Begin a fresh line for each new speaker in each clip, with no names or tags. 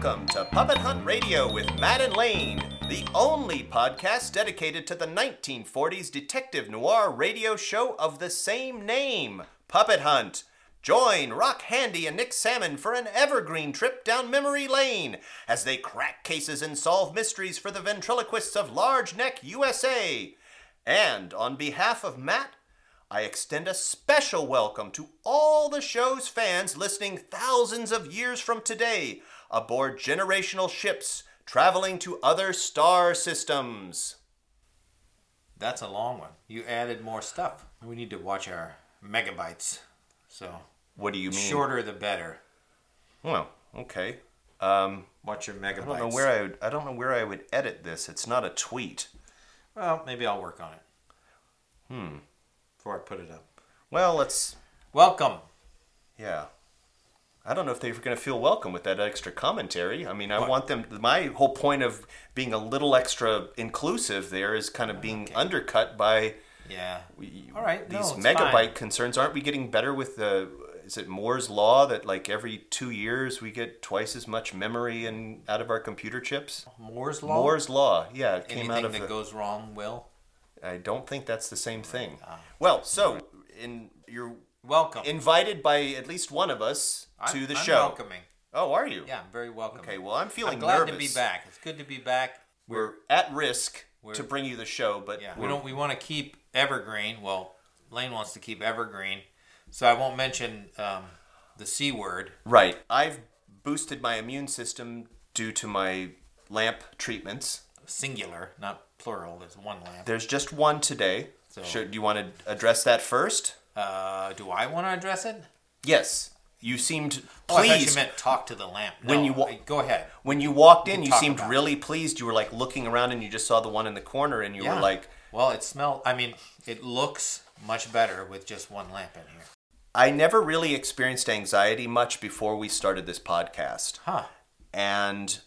Puppet Hunt Radio with Matt and Lane, the only podcast dedicated to the 1940s detective noir radio show of the same name, Puppet Hunt. Join Rock Handy and Nick Salmon for an evergreen trip down memory lane as they crack cases and solve mysteries for the ventriloquists of Large Neck USA. And on behalf of Matt, I extend a special welcome to all the show's fans listening thousands of years from today aboard generational ships traveling to other star systems.
That's a long one. You added more stuff. We need to watch our megabytes. So
What do you mean?
shorter the better.
Well, okay. Um,
Watch your megabytes.
I don't know where I would. I don't know where I would edit this. It's not a tweet.
Well, maybe I'll work on it. Hmm. Before I put it up.
Well, let's.
Welcome.
Yeah. I don't know if they're going to feel welcome with that extra commentary. I mean, I
What?
want them. My whole point of being a little extra inclusive there is kind of being undercut by
Yeah.
All
All
right,
right, no,
these
it's
megabyte
fine.
concerns. Aren't we getting better with the? Is it Moore's law that like every two years we get twice as much memory and out of our computer chips?
Moore's law.
Moore's law, yeah, it came
Anything
out of
that
the.
goes wrong will.
I don't think that's the same
Oh
thing. Well, so in you're
Welcome.
invited by at least one of us
I'm-
to the
I'm
show.
Welcoming.
Oh, are you?
Yeah, I'm very welcoming.
Okay. Well, I'm feeling
I'm glad
nervous.
to be back. It's good to be back.
We're at risk
We're-
to bring you the show, but
Yeah, we
we're-
don't. We want to keep evergreen. Well, Lane wants to keep evergreen, so I won't mention um, the c word.
Right. I've boosted my immune system due to my lamp treatments.
Singular, not plural. There's one lamp.
There's just one today.
So-
Should do you want to address that first?
Uh, do I want to address it?
Yes. You seemed
Oh, I thought
pleased
you meant talk to the lamp. No,
When you wa-
I- go ahead.
when you walked in.
can
You
talk
seemed
about it.
really pleased. You were like looking around and you just saw the one in the corner and you were like,
well, it smells. I mean, it looks much better with just one lamp in here.
I never really experienced anxiety much before we started this podcast.
Huh?
and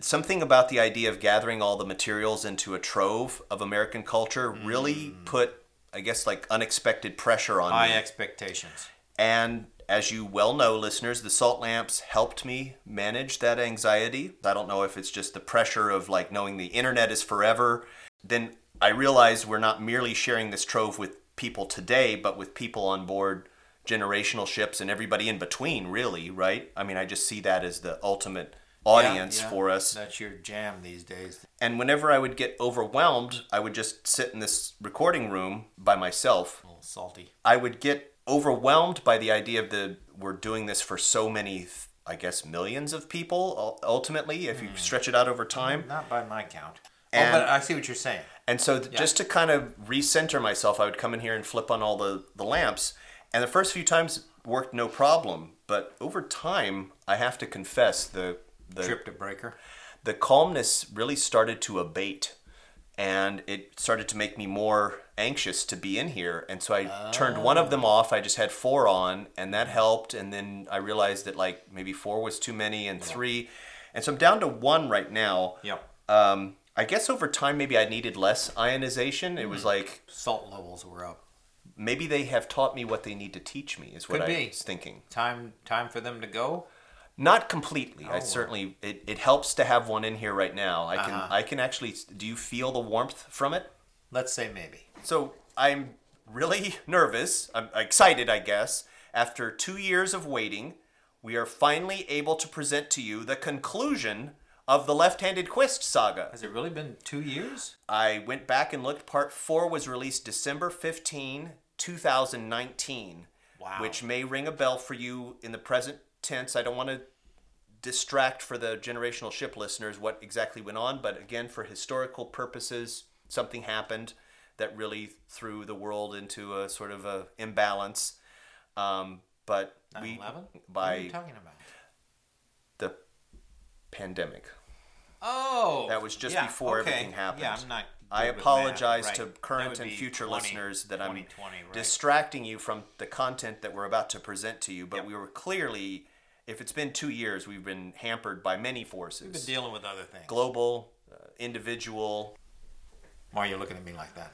something about the idea of gathering all the materials into a trove of American culture really
Mm.
put, I guess, like unexpected pressure on
High
me.
expectations.
And as you well know, listeners, the salt lamps helped me manage that anxiety. I don't know if it's just the pressure of like knowing the internet is forever. Then I realized we're not merely sharing this trove with people today, but with people on board generational ships and everybody in between, really, right? I mean, I just see that as the ultimate audience
Yeah, yeah.
for us.
That's your jam these days.
And whenever I would get overwhelmed, I would just sit in this recording room by myself
A little salty.
I would get overwhelmed by the idea of the we're doing this for so many, I guess, millions of people ul- ultimately, if you stretch it out over time.
Not by my count.
And-
oh, but I see what you're saying.
And so, th- just to kind of recenter myself, I would come in here and flip on all the, the lamps. And the first few times it worked no problem. But over time, I have to confess, the, the
Trip to breaker.
the calmness really started to abate and it started to make me more anxious to be in here and so i turned one of them off i just had four on and that helped and then i realized that like maybe four was too many and three and so i'm down to one right now
Yep.
um, i guess over time maybe i needed less ionization it
Mm-hmm.
was like
Salt levels were up.
maybe they have taught me what they need to teach me is what
Could
i
be.
was thinking
Time, time for them to go.
Not completely. I
well.
certainly it, it helps to have one in here right now. I can I can actually do you feel the warmth from it?
Let's say maybe.
So I'm really nervous. I'm excited, I guess. After 2 years of waiting, we are finally able to present to you the conclusion of the Left-Handed Quest saga.
Has it really been two years?
I went back and looked. Part 4 was released December 15, 2019.
Wow.
Which may ring a bell for you in the present tense. I don't want to distract for the generational ship listeners what exactly went on, but again, for historical purposes, something happened that really threw the world into a sort of a imbalance. Um, but we
11? What are you
by
talking about?
the pandemic.
Oh,
That was just
yeah,
before
okay.
everything happened.
Yeah, I'm not.
I
good with
apologize
math,
to
right. That
current
would
and
be
future
20
listeners that I'm
2020, right.
distracting you from the content that we're about to present to you, but we were clearly, if it's been two years, we've been hampered by many
We've been
forces
dealing with other things.
global, uh, individual.
Why are you looking at me like that?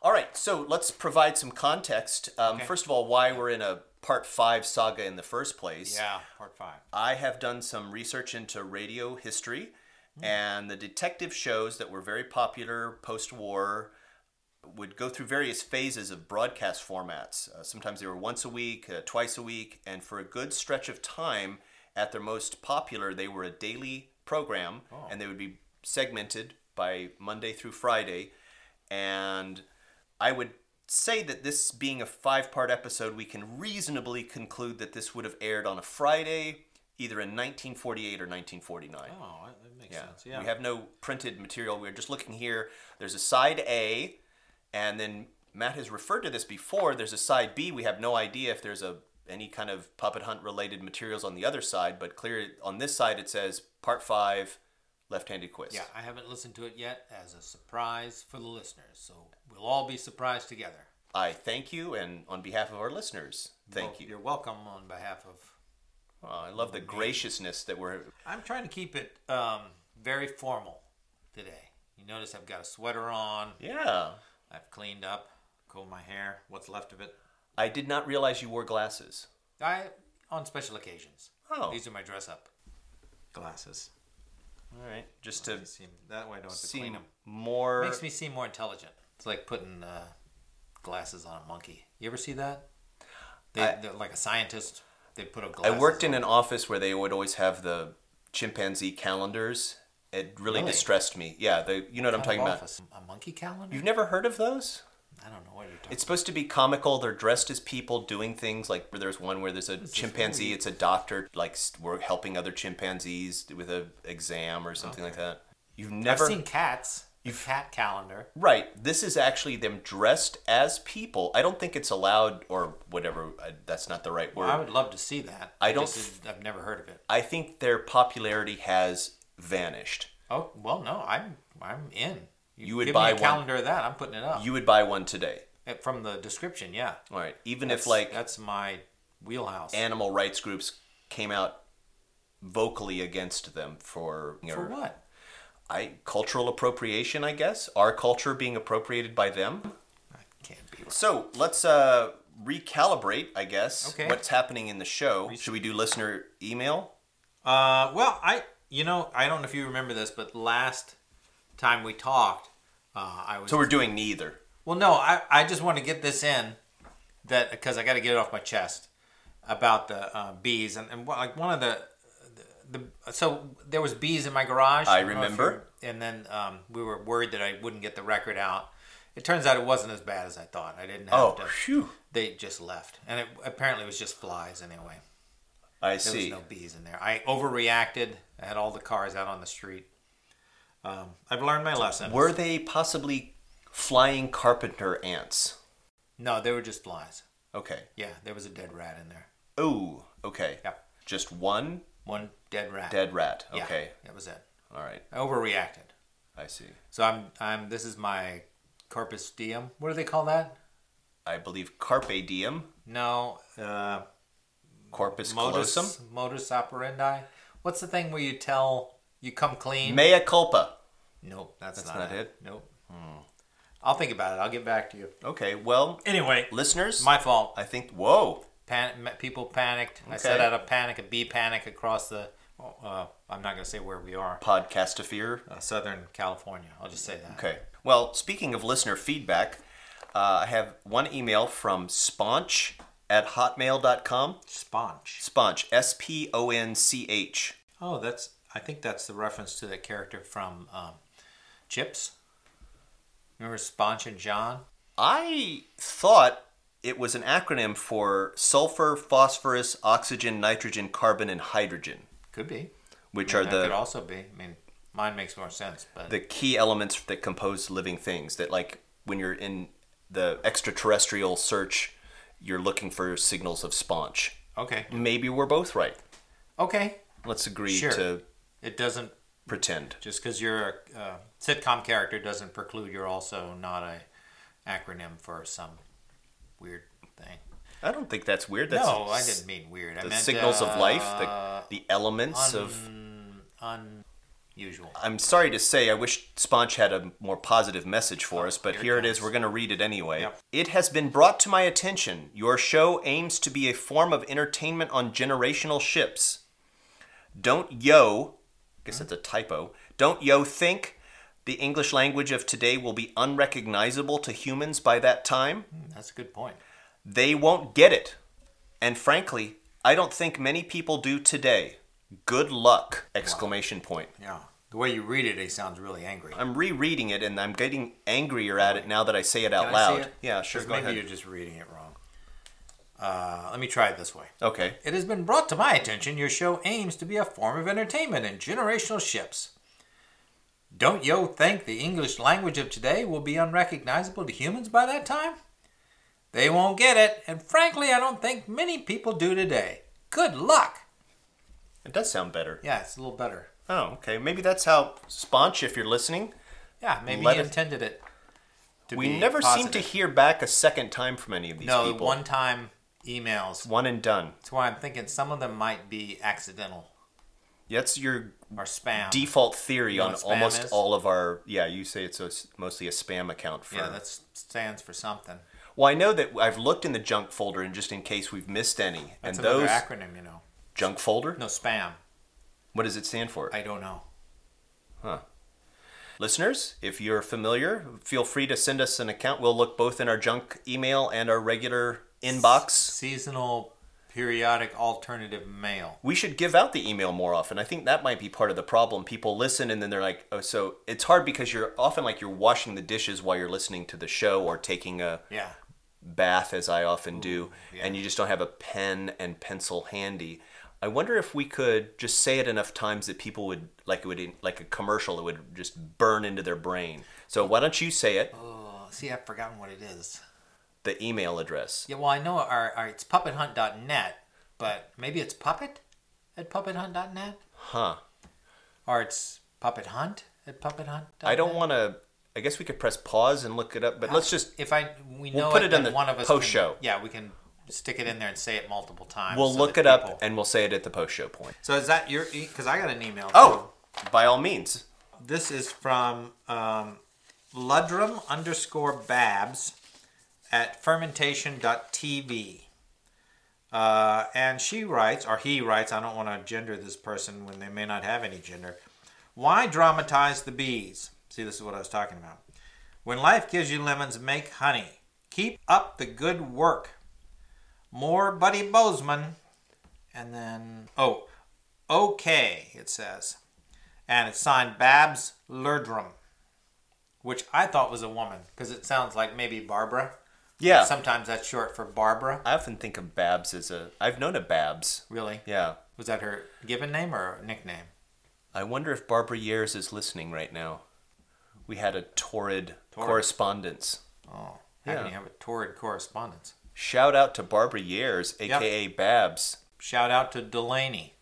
All right, so let's provide some context. Um,
Okay.
First of all, why we're in a part five saga in the first place.
Yeah, part five.
I have done some research into radio history and the detective shows that were very popular post war would go through various phases of broadcast formats. Uh, sometimes they were once a week, uh, twice a week, and for a good stretch of time, at their most popular, they were a daily program and they would be segmented by Monday through Friday. And I would say that this being a five part episode, we can reasonably conclude that this would have aired on a Friday, either in 1948 or 1949.
Oh, that- that makes sense.
We
Yeah.
have no printed material. We're just looking here. There's a side A, and then Matt has referred to this before. There's a side B. We have no idea if there's a any kind of puppet hunt related materials on the other side, but clear on this side it says part five, left-handed quiz.
yeah, I haven't listened to it yet as a surprise for the listeners. So we'll all be surprised together.
I thank you, and on behalf of our listeners, thank
Well,
you.
You're welcome on behalf of.
Aw, I love the graciousness that we're.
I'm trying to keep it um, very formal today. You notice I've got a sweater on.
Yeah,
I've cleaned up, combed my hair, what's left of it.
I did not realize you wore glasses.
I on special occasions.
Oh.
These are my dress up glasses.
All right, just to
They seem that way. I don't have to
seem
clean them.
more.
Makes me seem more intelligent. It's like putting uh, glasses on a monkey. You ever see that? They,
I-
they're like a scientist. They put a glass.
I worked in an office where they would always have the chimpanzee calendars. It really,
Really?
distressed me. Yeah, the you know what I'm talking about.
A monkey calendar?
You've never heard of those?
I don't know what you're talking.
It's supposed to be comical. They're dressed as people doing things. Like there's one where there's a chimpanzee. It's a doctor like s- we're helping other chimpanzees with a exam or something like that. You've never
I've seen cats. You cat calendar.
Right. This is actually them dressed as people. I don't think it's allowed or whatever. I, that's not the right word.
I would love to see that.
I don't
just- I've never heard of it.
I think their popularity has vanished.
Oh well, no. I'm I'm in.
You would
give
buy
me
one-
a calendar of that. I'm putting it up
You would buy one today.
Uh, from the description. Yeah.
All right. Even
That's
if like
that's my wheelhouse.
animal rights groups came out vocally against them for,
for
or-
what?
I cultural appropriation, I guess. Our culture being appropriated by them.
I can't be.
So let's uh, recalibrate, I guess,
Okay.
what's happening in the show. Should we do listener email?
Uh, well, I you know I don't know if you remember this, but last time we talked, uh, I was
So we're doing neither.
well. No, I I just want to get this in that because I got to get it off my chest about the uh, bees and and one- like one of the. The, so there was bees in my garage.
I
don't know if you-
remember.
And then um, we were worried that I wouldn't get the record out. It turns out it wasn't as bad as I thought. I didn't have
Oh,
to.
phew.
They just left, and it apparently it was just flies anyway.
I
There
see.
was no bees in there. I overreacted. I had all the cars out on the street. Um, I've learned my lesson.
Were they possibly flying carpenter ants?
no, they were just flies.
Okay.
Yeah, there was a dead rat in there.
Ooh, okay.
Yeah.
Just one
One dead rat.
dead rat.
Yeah,
Okay.
that was it.
All right.
I overreacted.
I see.
So I'm. I'm. This is my corpus diem. What do they call that?
I believe carpe diem,
No. Uh,
corpus
modus.
callosum,
Modus operandi. What's the thing where you tell you come clean?
mea culpa.
nope, that's,
That's
not,
not
it.
it?
Nope. I'll think about it. I'll get back to you.
Okay, well,
Anyway,
listeners,
my fault.
I think, whoa,
pan- ma- people panicked. I
Okay.
set out a panic, a bee panic across the. Uh, I'm not going to say where we are.
podcast of fear.
Uh, Southern California. I'll just say that.
Okay, well, speaking of listener feedback, uh, I have one email from sponch at hotmail.com.
Sponge.
Sponch, S P O N C H.
Oh, that's. I think that's the reference to that character from um, Chips. Remember Sponge and John?
I thought it was an acronym for sulfur, phosphorus, oxygen, nitrogen, carbon, and hydrogen,
Could be.
which
I
are
mean, that
the
could also be. I mean, mine makes more sense, but
the key elements that compose living things that like when you're in the extraterrestrial search you're looking for signals of sponge
okay,
maybe we're both right
okay.
let's agree
Sure.
to
It doesn't
pretend
just because you're a uh, sitcom character doesn't preclude you're also not a acronym for some weird thing.
i don't think that's weird that's
no, I uh, didn't mean weird. I
the
meant
signals of life
uh,
the, the elements of
un, usual.
I'm sorry to say, I wish Sponge had a more positive message for us, but here it is. We're going to read it anyway.
Yep.
It has been brought to my attention. Your show aims to be a form of entertainment on generational ships. Don't yo, I guess it's a typo. Don't yo think the English language of today will be unrecognizable to humans by that time?
That's a good point.
They won't get it. And frankly, I don't think many people do today. Good luck! Exclamation point.
Yeah. The way you read it, it sounds really angry.
I'm rereading it and I'm getting angrier at it now that I say it out
Can I see
loud.
it?
Yeah, sure.
'Cause
Go
maybe
ahead.
you're just reading it wrong. Uh, let me try it this way.
Okay.
It has been brought to my attention your show aims to be a form of entertainment in generational shifts. Don't yo think the English language of today will be unrecognizable to humans by that time? They won't get it, and frankly, I don't think many people do today. Good luck!
It does sound better.
Yeah, it's a little better.
Oh, okay. Maybe that's how Sponge, if you're listening,
Yeah, maybe
Let
he
it-
intended it to
we
be
never seem to
positive.
hear back a second time from any of these
No,
people.
one time emails.
One and done.
That's why I'm thinking some of them might be accidental
That's your
or spam.
default theory
know
on
what spam
almost
is?
all of our. Yeah, you say it's a s mostly a spam account for.
yeah, that stands for something.
well, I know that I've looked in the junk folder, and just in case we've missed any,
That's
and
another
those
acronym, you know.
junk folder.
No spam.
What does it stand for?
I don't know.
Listeners, if you're familiar, feel free to send us an account. We'll look both in our junk email and our regular inbox.
Seasonal periodic alternative mail.
We should give out the email more often. I think that might be part of the problem. People listen and then they're like, "Oh, so it's hard because you're often like you're washing the dishes while you're listening to the show or taking a
Yeah.
bath as I often do,
yeah.
and you just don't have a pen and pencil handy." I wonder if we could just say it enough times that people would like it would like a commercial it would just burn into their brain. So why don't you say it?
Oh, see, I've forgotten what it is.
The email address.
Yeah, well, I know our, our it's puppethunt.net, but maybe it's puppet at puppethunt.net?
Huh.
Or it's puppethunt at puppethunt.net?
I don't want to. I guess we could press pause and look it up, but let's just.
If I we know
put it in
then
the
one of us
post
can-
show.
Yeah, we can stick it in there and say it multiple times.
We'll
so
look
that
it up
people-
and we'll say it at the post show point.
so is that your? Because I got an email.
Oh, by all means.
too. this is from um, Ludrum underscore Babs at fermentation.tv. Uh, and she writes, or he writes, I don't want to gender this person when they may not have any gender. Why dramatize the bees? See, this is what I was talking about. When life gives you lemons, make honey. Keep up the good work. More Buddy Bozeman. And then, oh, okay, it says. And it's signed Babs Lurdrum, which I thought was a woman because it sounds like maybe Barbara.
Yeah.
Sometimes that's short for Barbara.
I often think of Babs as a. I've known a Babs.
Really?
Yeah.
Was that her given name or nickname?
I wonder if Barbara Years is listening right now. We had a torrid, correspondence.
Oh, how
Yeah.
can you have a torrid correspondence?
Shout out to Barbara Years, aka Babs.
Shout out to Delaney.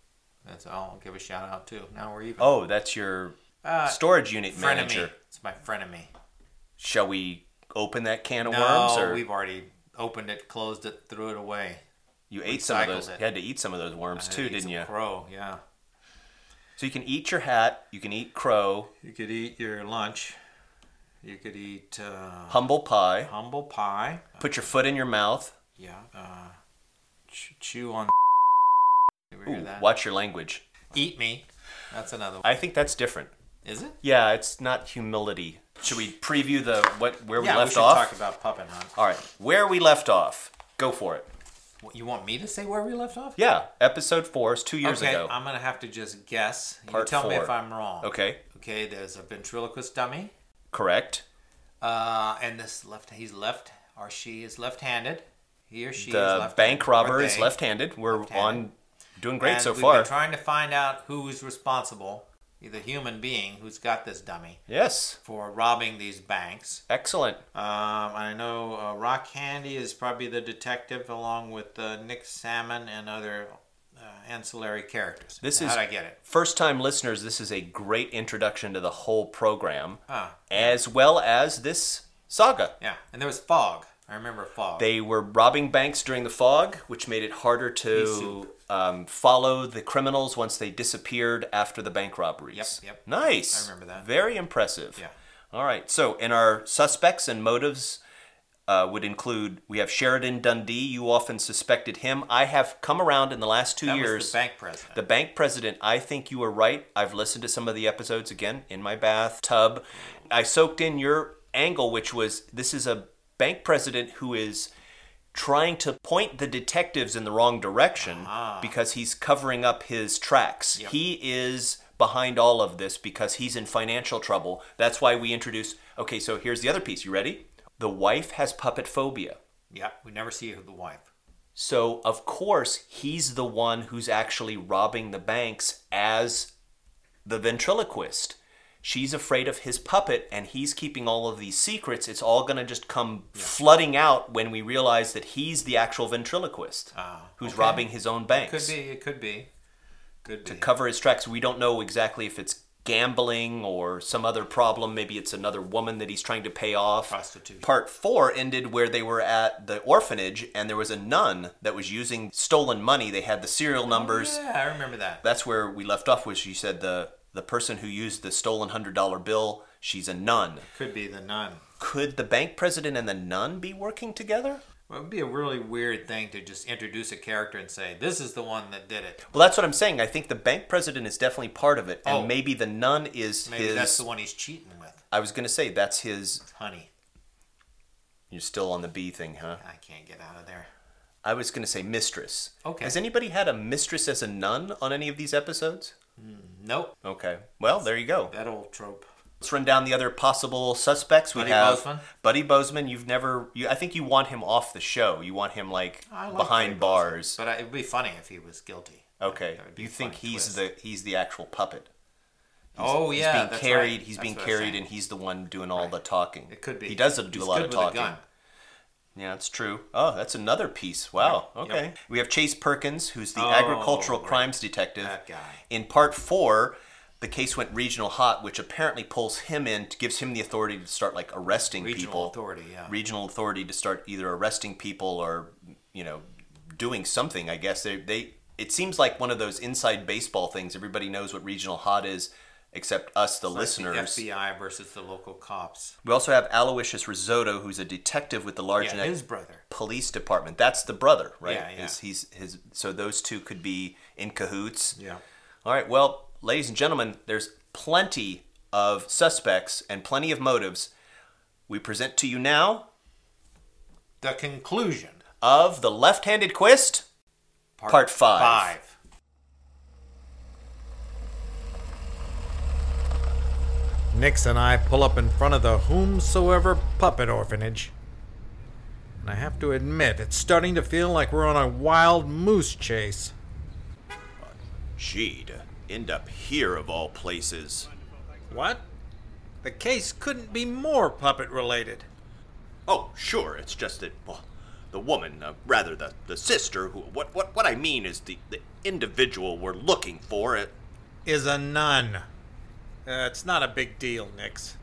That's all. I'll give a shout out to. Now we're even.
Oh, that's your
uh,
storage unit
frenemy.
manager.
It's my frenemy.
Shall we open that can of
No,
worms? Or
we've already opened it, closed it, threw it away. Uh,
you ate some of
recycles
those.
it.
You had to eat some of those worms too,
Eat
didn't
some
you?
Crow, yeah.
So you can eat your hat, you can eat crow,
You could eat your lunch. You could eat uh,
humble pie,
humble pie.
put your foot in your mouth,
Yeah. Uh, ch- chew on. Did we hear
ooh,
that?
watch your language.
Eat me. That's another one.
I think that's different.
Is it?
Yeah, it's not humility. Should we preview the what where we
yeah, we
left
should
off?
talk about puppet hunt.
All right, where we left off. Go for it.
What, you want me to say where we left off?
Yeah, episode four is two years
okay, um,
ago.
I'm gonna have to just guess. You
Part
tell me
four.
if I'm wrong.
okay,
Okay. There's a ventriloquist dummy,
correct.
uh, and this left. He's left, or she is left-handed. He or she is
the
left.
bank robber is
left.
left-handed. We're on
Left-handed.
doing great
and
so
we've
far.
Been trying to find out who's responsible, the human being who's got this dummy
yes,
for robbing these banks.
excellent.
Um, I know uh, Rock Handy is probably the detective, along with uh, Nick Salmon and other uh, ancillary characters.
This
How'd
is-
I get it?
First-time listeners, this is a great introduction to the whole program,
Ah,
as well as this saga.
yeah. And there was fog. I remember fog.
They were robbing banks during the fog, which made it harder to um, follow the criminals once they disappeared after the bank robberies.
Yep, yep.
Nice.
I remember that.
Very impressive.
Yeah.
All right. So, and our suspects and motives uh, would include we have Sheridan Dundee. You often suspected him. I have come around in the last two
that
years.
was the bank president.
The bank president, I think you were right. I've listened to some of the episodes again in my bathtub. I soaked in your angle, which was this is a bank president who is trying to point the detectives in the wrong direction because he's covering up his tracks. He is behind all of this because he's in financial trouble. That's why we introduce. Okay, so here's the other piece. You ready? The wife has puppet phobia.
yeah, we never see the wife.
So, of course, he's the one who's actually robbing the banks as the ventriloquist. She's afraid of his puppet, and he's keeping all of these secrets. It's all going to just come flooding out when we realize that he's the actual ventriloquist
Ah,
who's
okay.
robbing his own
Could
banks.
be. It could be. Could be.
Cover his tracks. We don't know exactly if it's gambling or some other problem. Maybe it's another woman that he's trying to pay off
Prostitute.
part four ended where they were at the orphanage and there was a nun that was using stolen money. They had the serial numbers.
Oh, Yeah, I remember that.
That's where we left off, was she said the the person who used the stolen hundred dollar bill, she's a nun.
Could be the nun.
Could the bank president and the nun be working together?
Well, it would be a really weird thing to just introduce a character and say, "This is the one that did it."
Well, that's what I'm saying. I think the bank president is definitely part of it, and
Oh.
maybe the nun is
Maybe
his.
that's the one he's cheating with.
I was gonna say that's his.
Honey,
You're still on the bee thing, huh?
I can't get out of there.
I was gonna say mistress.
Okay.
Has anybody had a mistress as a nun on any of these episodes?
Nope,
Okay. Well, there you go.
that old trope.
Let's run down the other possible suspects. We
Buddy
have
Bozeman?
Buddy Bozeman. You've never. You, I think you want him off the show. You want him like,
Oh, I like
behind
Buddy Bozeman,
bars.
But I, it'd be funny if he was guilty.
okay.
That would be
You
a
think
funny
he's
twist.
the he's the actual puppet.
oh
He's
yeah,
being
that's
carried.
Right.
He's
That's
being
what I'm
carried,
saying.
and he's the one doing all the talking.
It could be.
He does do
He's
a lot
good
of
with
talking.
gun.
Yeah, that's true. Oh, that's another piece. Wow.
Right. Yep.
Okay. We have Chase Perkins, who's the
Oh,
agricultural
right.
crimes detective.
That guy.
In part four, the case went regional hot, which apparently pulls him in, gives him the authority to start like arresting
Regional
people.
authority, yeah.
Regional authority to start either arresting people or, you know, doing something. I guess they they. It seems like one of those inside baseball things. Everybody knows what regional hot is, except us, the
It's like
listeners.
the FBI versus the local cops.
We also have Aloysius Risotto, who's a detective with the large
Yeah,
neck
his brother.
police department. That's the brother, right?
Yeah, yeah.
Is he's his so those two could be in cahoots.
Yeah.
All right. Well, ladies and gentlemen, there's plenty of suspects and plenty of motives. We present to you now
The conclusion.
of the left-handed quest. Part five.
Five. Nix and I pull up in front of the whomsoever puppet orphanage. And I have to admit, it's starting to feel like we're on a wild moose chase.
She'd end up here of all places.
What? The case couldn't be more puppet related.
Oh, sure. It's just that well, the woman, uh, rather the, the sister, who what what what I mean is the, the individual we're looking for. uh, It,
Is a nun. Uh, it's not a big deal, Nix.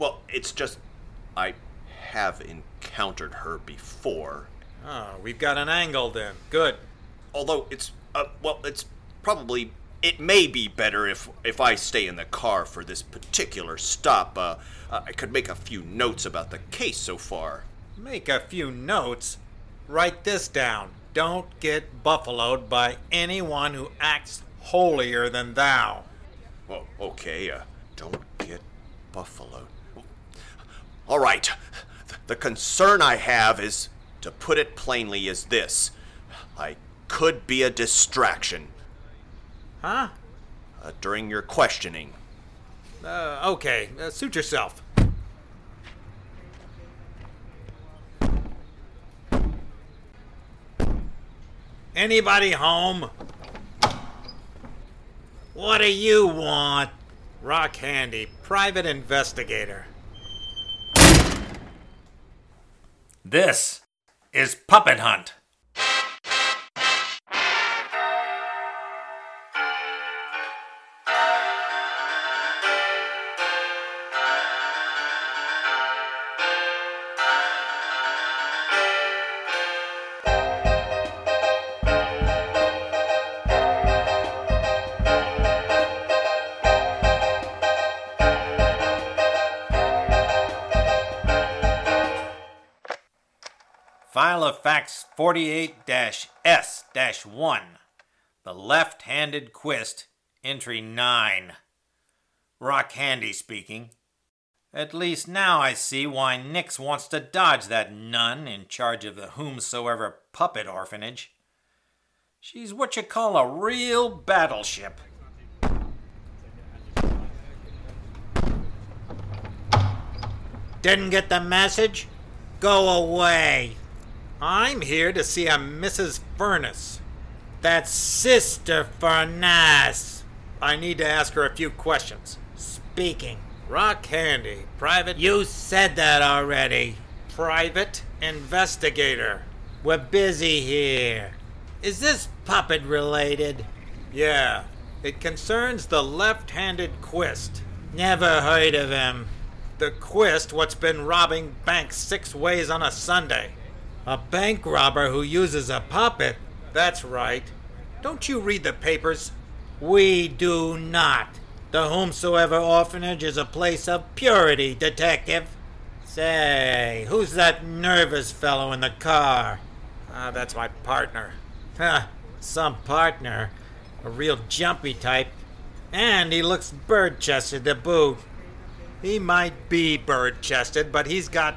well, it's just I have encountered her before.
Oh, we've got an angle then. Good.
Although it's uh, well, it's probably it may be better if if I stay in the car for this particular stop. Uh, I could make a few notes about the case so far.
Make a few notes. Write this down. Don't get buffaloed by anyone who acts holier than thou.
Well, okay, uh, don't get buffaloed. All right. The concern I have is, to put it plainly, is this I could be a distraction
Huh?
uh, during your questioning.
Uh, okay, uh, suit yourself. Anybody home? What do you want? Rock Handy, private investigator.
This is Puppet Hunt.
File of Facts 48 S 1. The Left Handed Quist, Entry 9. Rock Handy speaking. At least now I see why Nix wants to dodge that nun in charge of the whomsoever puppet orphanage. She's what you call a real battleship. Didn't get the message? Go away.
I'm here to see a Mrs. Furnace.
That's Sister Furnace
I need to ask her a few questions.
speaking.
Rock Handy, private
You said that already.
private investigator.
We're busy here. Is this puppet related?
Yeah, it concerns the left-handed Quist.
Never heard of him.
The Quist, what's been robbing banks six ways on a Sunday.
A bank robber who uses a puppet?
That's right. Don't you read the papers?
We do not. The Whomsoever Orphanage is a place of purity, Detective. Say, who's that nervous fellow in the car?
Ah, that's my partner.
Huh, some partner. A real jumpy type. And he looks bird chested to boot.
He might be bird-chested, but he's got,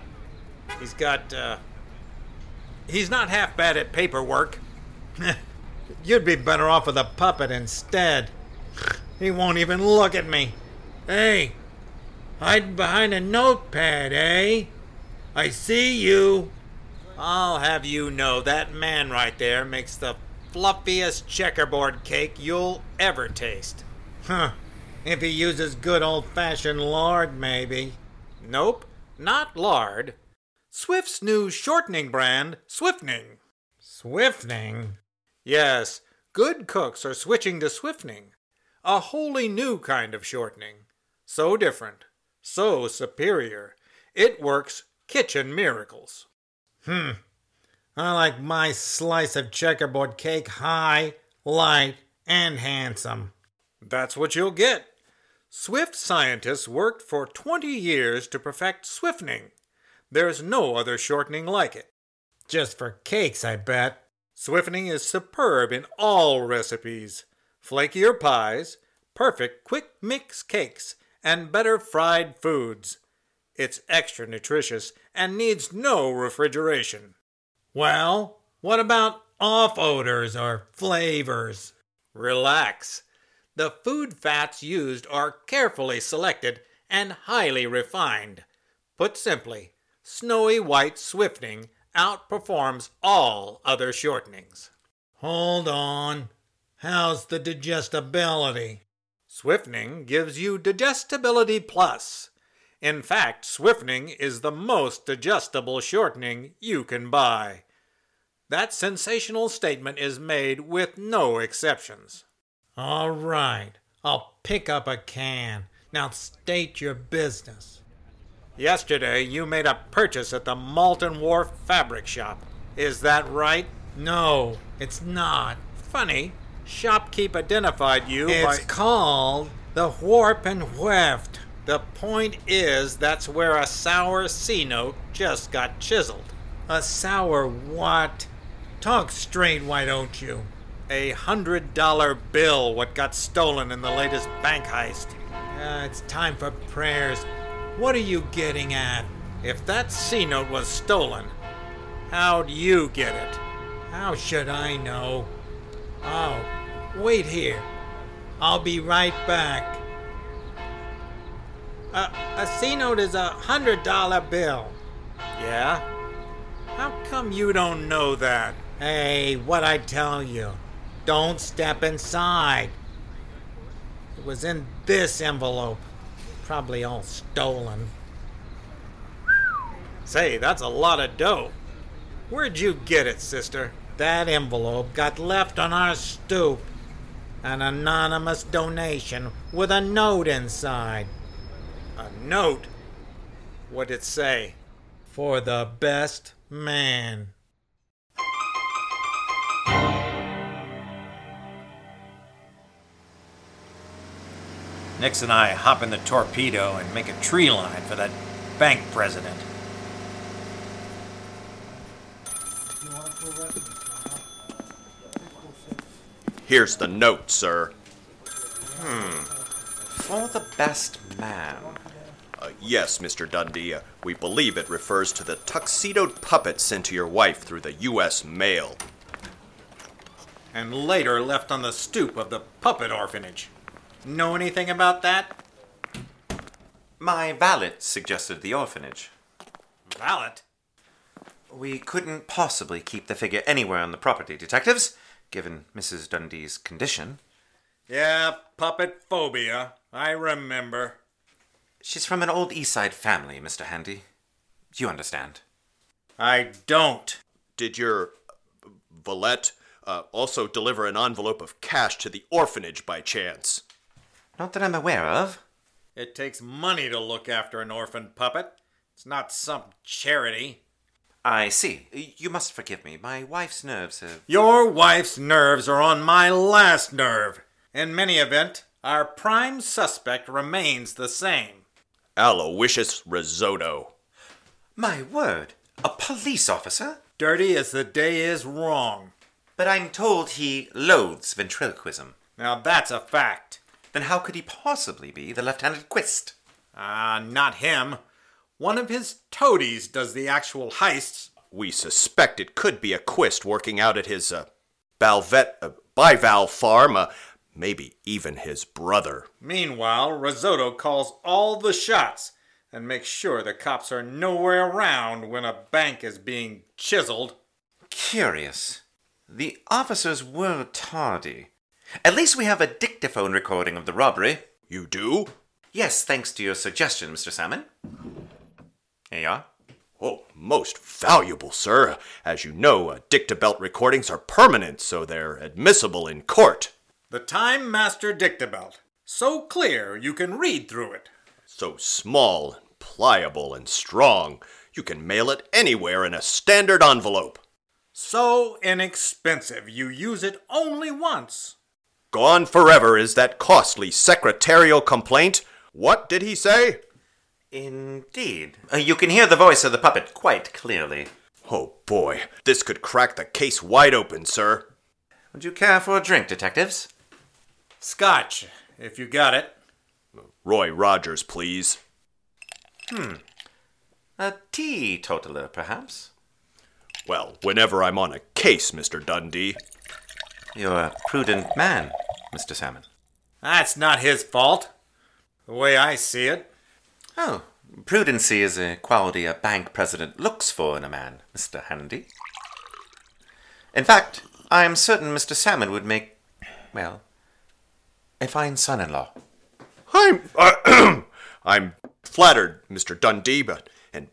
he's got, uh, he's not half bad at paperwork.
You'd be better off with a puppet instead. He won't even look at me. Hey, hide behind a notepad, eh? I see you.
I'll have you know that man right there makes the fluffiest checkerboard cake you'll ever taste.
Huh. If he uses good old fashioned lard, maybe.
Nope, not lard. Swift's new shortening brand, Swiftning.
Swifting?
Yes, good cooks are switching to Swiftning, a wholly new kind of shortening. So different, so superior. It works kitchen miracles.
Hmm. I like my slice of checkerboard cake high, light, and handsome.
That's what you'll get. Swift scientists worked for 20 years to perfect Swiftening. There's no other shortening like it.
Just for cakes, I bet.
Swiftening is superb in all recipes flakier pies, perfect quick mix cakes, and better fried foods. It's extra nutritious and needs no refrigeration.
Well, what about off odors or flavors?
Relax. The food fats used are carefully selected and highly refined. Put simply, snowy white swifting outperforms all other shortenings.
Hold on. How's the digestibility?
Swiftening gives you digestibility plus. In fact, Swiftening is the most digestible shortening you can buy. That sensational statement is made with no exceptions.
All right, I'll pick up a can. Now state your business.
Yesterday, you made a purchase at the Malton Wharf Fabric Shop. Is that right?
No, it's not.
Funny. Shopkeep identified you
It's
by.
called the Warp and Weft.
the point is, that's where a sour C note just got chiseled.
A sour what? Talk straight, why don't you?
A hundred dollar bill, what got stolen in the latest bank heist.
Uh, it's time for prayers. What are you getting at?
If that C note was stolen, how'd you get it?
How should I know? Oh, wait here. I'll be right back. A, a C note is a hundred dollar bill.
Yeah? How come you don't know that?
Hey, what I tell you? Don't step inside. It was in this envelope. Probably all stolen.
Say, that's a lot of dough. Where'd you get it, sister?
That envelope got left on our stoop. An anonymous donation with a note inside.
A note? What'd it say?
for the best man. Nix and I hop in the torpedo and make a tree line for that bank president.
Here's the note, sir.
For the best man.
Uh, yes, Mr. Dundee, uh, we believe it refers to the tuxedoed puppet sent to your wife through the U.S. mail.
and later left on the stoop of the puppet orphanage. Know anything about that?
My valet suggested the orphanage.
Valet?
We couldn't possibly keep the figure anywhere on the property, detectives, given Mrs. Dundee's condition.
Yeah, puppet phobia. I remember.
She's from an old East Side family, Mr. Handy. You understand.
I don't.
Did your uh, valet uh, also deliver an envelope of cash to the orphanage by chance?
Not that I'm aware of.
It takes money to look after an orphan puppet. It's not some charity.
I see. You must forgive me. My wife's nerves have.
Your wife's nerves are on my last nerve. In many event, our prime suspect remains the same.
Aloysius Risotto.
My word! A police officer?
Dirty as the day is wrong.
But I'm told he loathes ventriloquism.
Now that's a fact.
Then how could he possibly be the left handed quist?
Ah, not him. One of his toadies does the actual heists.
We suspect it could be a quist working out at his uh, Balvet, uh, bivalve farm, uh, maybe even his brother.
Meanwhile, Risotto calls all the shots and makes sure the cops are nowhere around when a bank is being chiseled.
Curious. The officers were tardy. At least we have a dictaphone recording of the robbery.
You do?
Yes, thanks to your suggestion, Mr. Salmon. Here you are.
Oh, most valuable, sir. As you know, uh, dictabelt recordings are permanent, so they're admissible in court.
The Time Master Dictabelt. So clear you can read through it.
So small, and pliable, and strong, you can mail it anywhere in a standard envelope.
So inexpensive you use it only once.
Gone forever is that costly secretarial complaint. What did he say?
Indeed. Uh, you can hear the voice of the puppet quite clearly.
Oh boy, this could crack the case wide open, sir.
Would you care for a drink, detectives?
Scotch, if you got it.
Roy Rogers, please.
A teetotaler, perhaps?
Well, whenever I'm on a case, Mr. Dundee.
You're a prudent man, Mr. Salmon.
That's not his fault. The way I see it,
Oh, prudency is a quality a bank president looks for in a man, Mr. Handy. In fact, I am certain Mr. Salmon would make, well, a fine son in law.
I'm uh, I'm flattered, Mr. Dundee, but and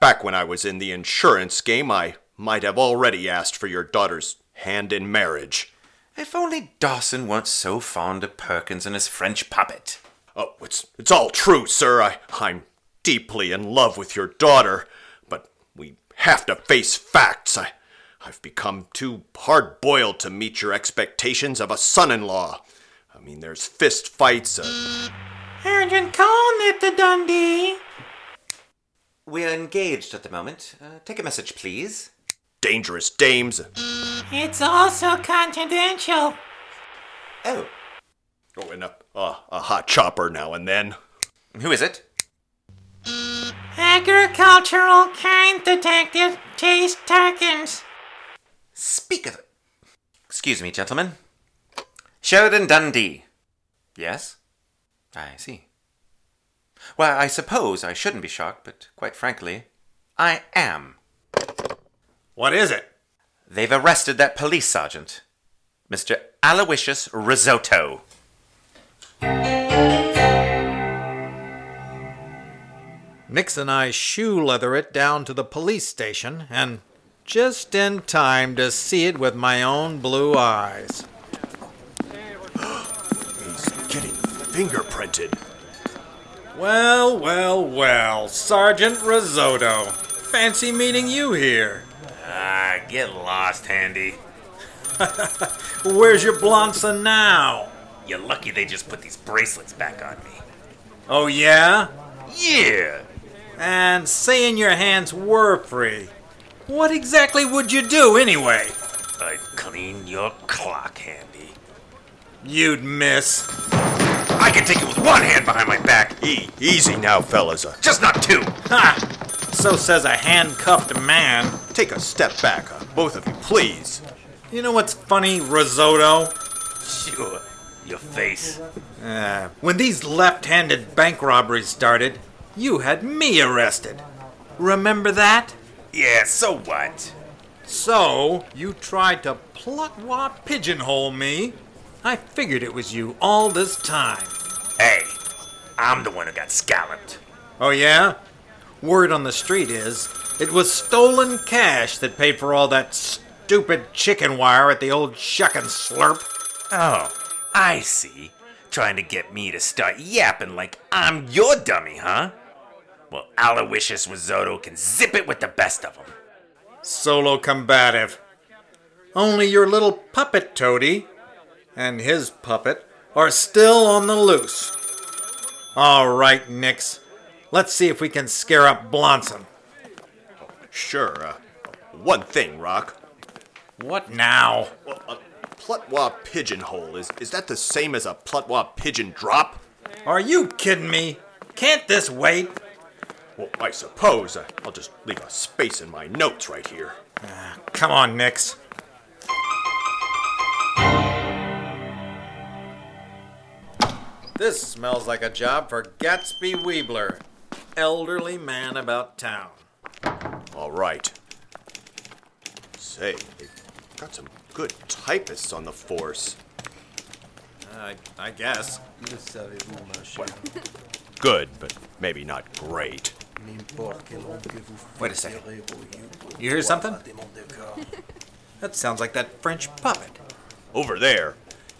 back when I was in the insurance game, I might have already asked for your daughter's hand in marriage.
If only Dawson weren't so fond of Perkins and his French puppet.
Oh, it's it's all true, sir. I I'm deeply in love with your daughter, but we have to face facts. I I've become too hard-boiled to meet your expectations of a son-in-law. I mean, there's fist fights. Uh,
Urgent call, Mr. Dundee. We are engaged at the moment. Uh, take a message, please.
dangerous dames.
It's also confidential.
Oh,
Oh, and a, a, a hot chopper now and then.
who is it?
Agricultural kind detective Chase Tarkins.
Speak of it. Excuse me, gentlemen. Sheridan Dundee. Yes? I see. Well, I suppose I shouldn't be shocked, but quite frankly, I am.
what is it?
They've arrested that police sergeant, Mr. Aloysius Risotto.
Nix and I shoe leather it down to the police station, and just in time to see it with my own blue eyes.
He's getting fingerprinted.
Well, well, well, Sergeant Risotto. Fancy meeting you here.
Ah, get lost, Handy.
Where's your Blanca now?
You're lucky they just put these bracelets back on me.
Oh, yeah?
Yeah!
And saying your hands were free. What exactly would you do anyway?
I'd clean your clock, Handy. You'd miss. I can take it with one hand behind my back.
E- easy now, fellas. Uh,
Just not two.
Ha! So says a handcuffed man.
take a step back, uh, both of you, please.
You know what's funny, Risotto?
Sure. Your face.
Uh, when these left handed bank robberies started, you had me arrested. Remember that?
Yeah, so what?
So, you tried to pluck wah pigeonhole me. I figured it was you all this time.
Hey, I'm the one who got scalloped.
Oh, yeah? Word on the street is it was stolen cash that paid for all that stupid chicken wire at the old shuck and slurp.
Oh, I see. Trying to get me to start yapping like I'm your dummy, huh? Well, Aloysius Risotto can zip it with the best of them.
Solo combative. Only your little puppet toady and his puppet are still on the loose. All right, Nix. Let's see if we can scare up Blonson.
Sure. Uh, one thing, Rock.
What now?
Well, a plutwa pigeonhole is is that the same as a plutwa pigeon drop?
Are you kidding me? Can't this wait?
Well, I suppose I, I'll just leave a space in my notes right here.
Ah, Come on, Nix. This smells like a job for Gatsby Weebler, elderly man about town.
All right. Say, they've got some good typists on the force.
I, I guess.
Good, but maybe not great.
Wait a second. You hear something? That sounds like that French puppet.
Over there,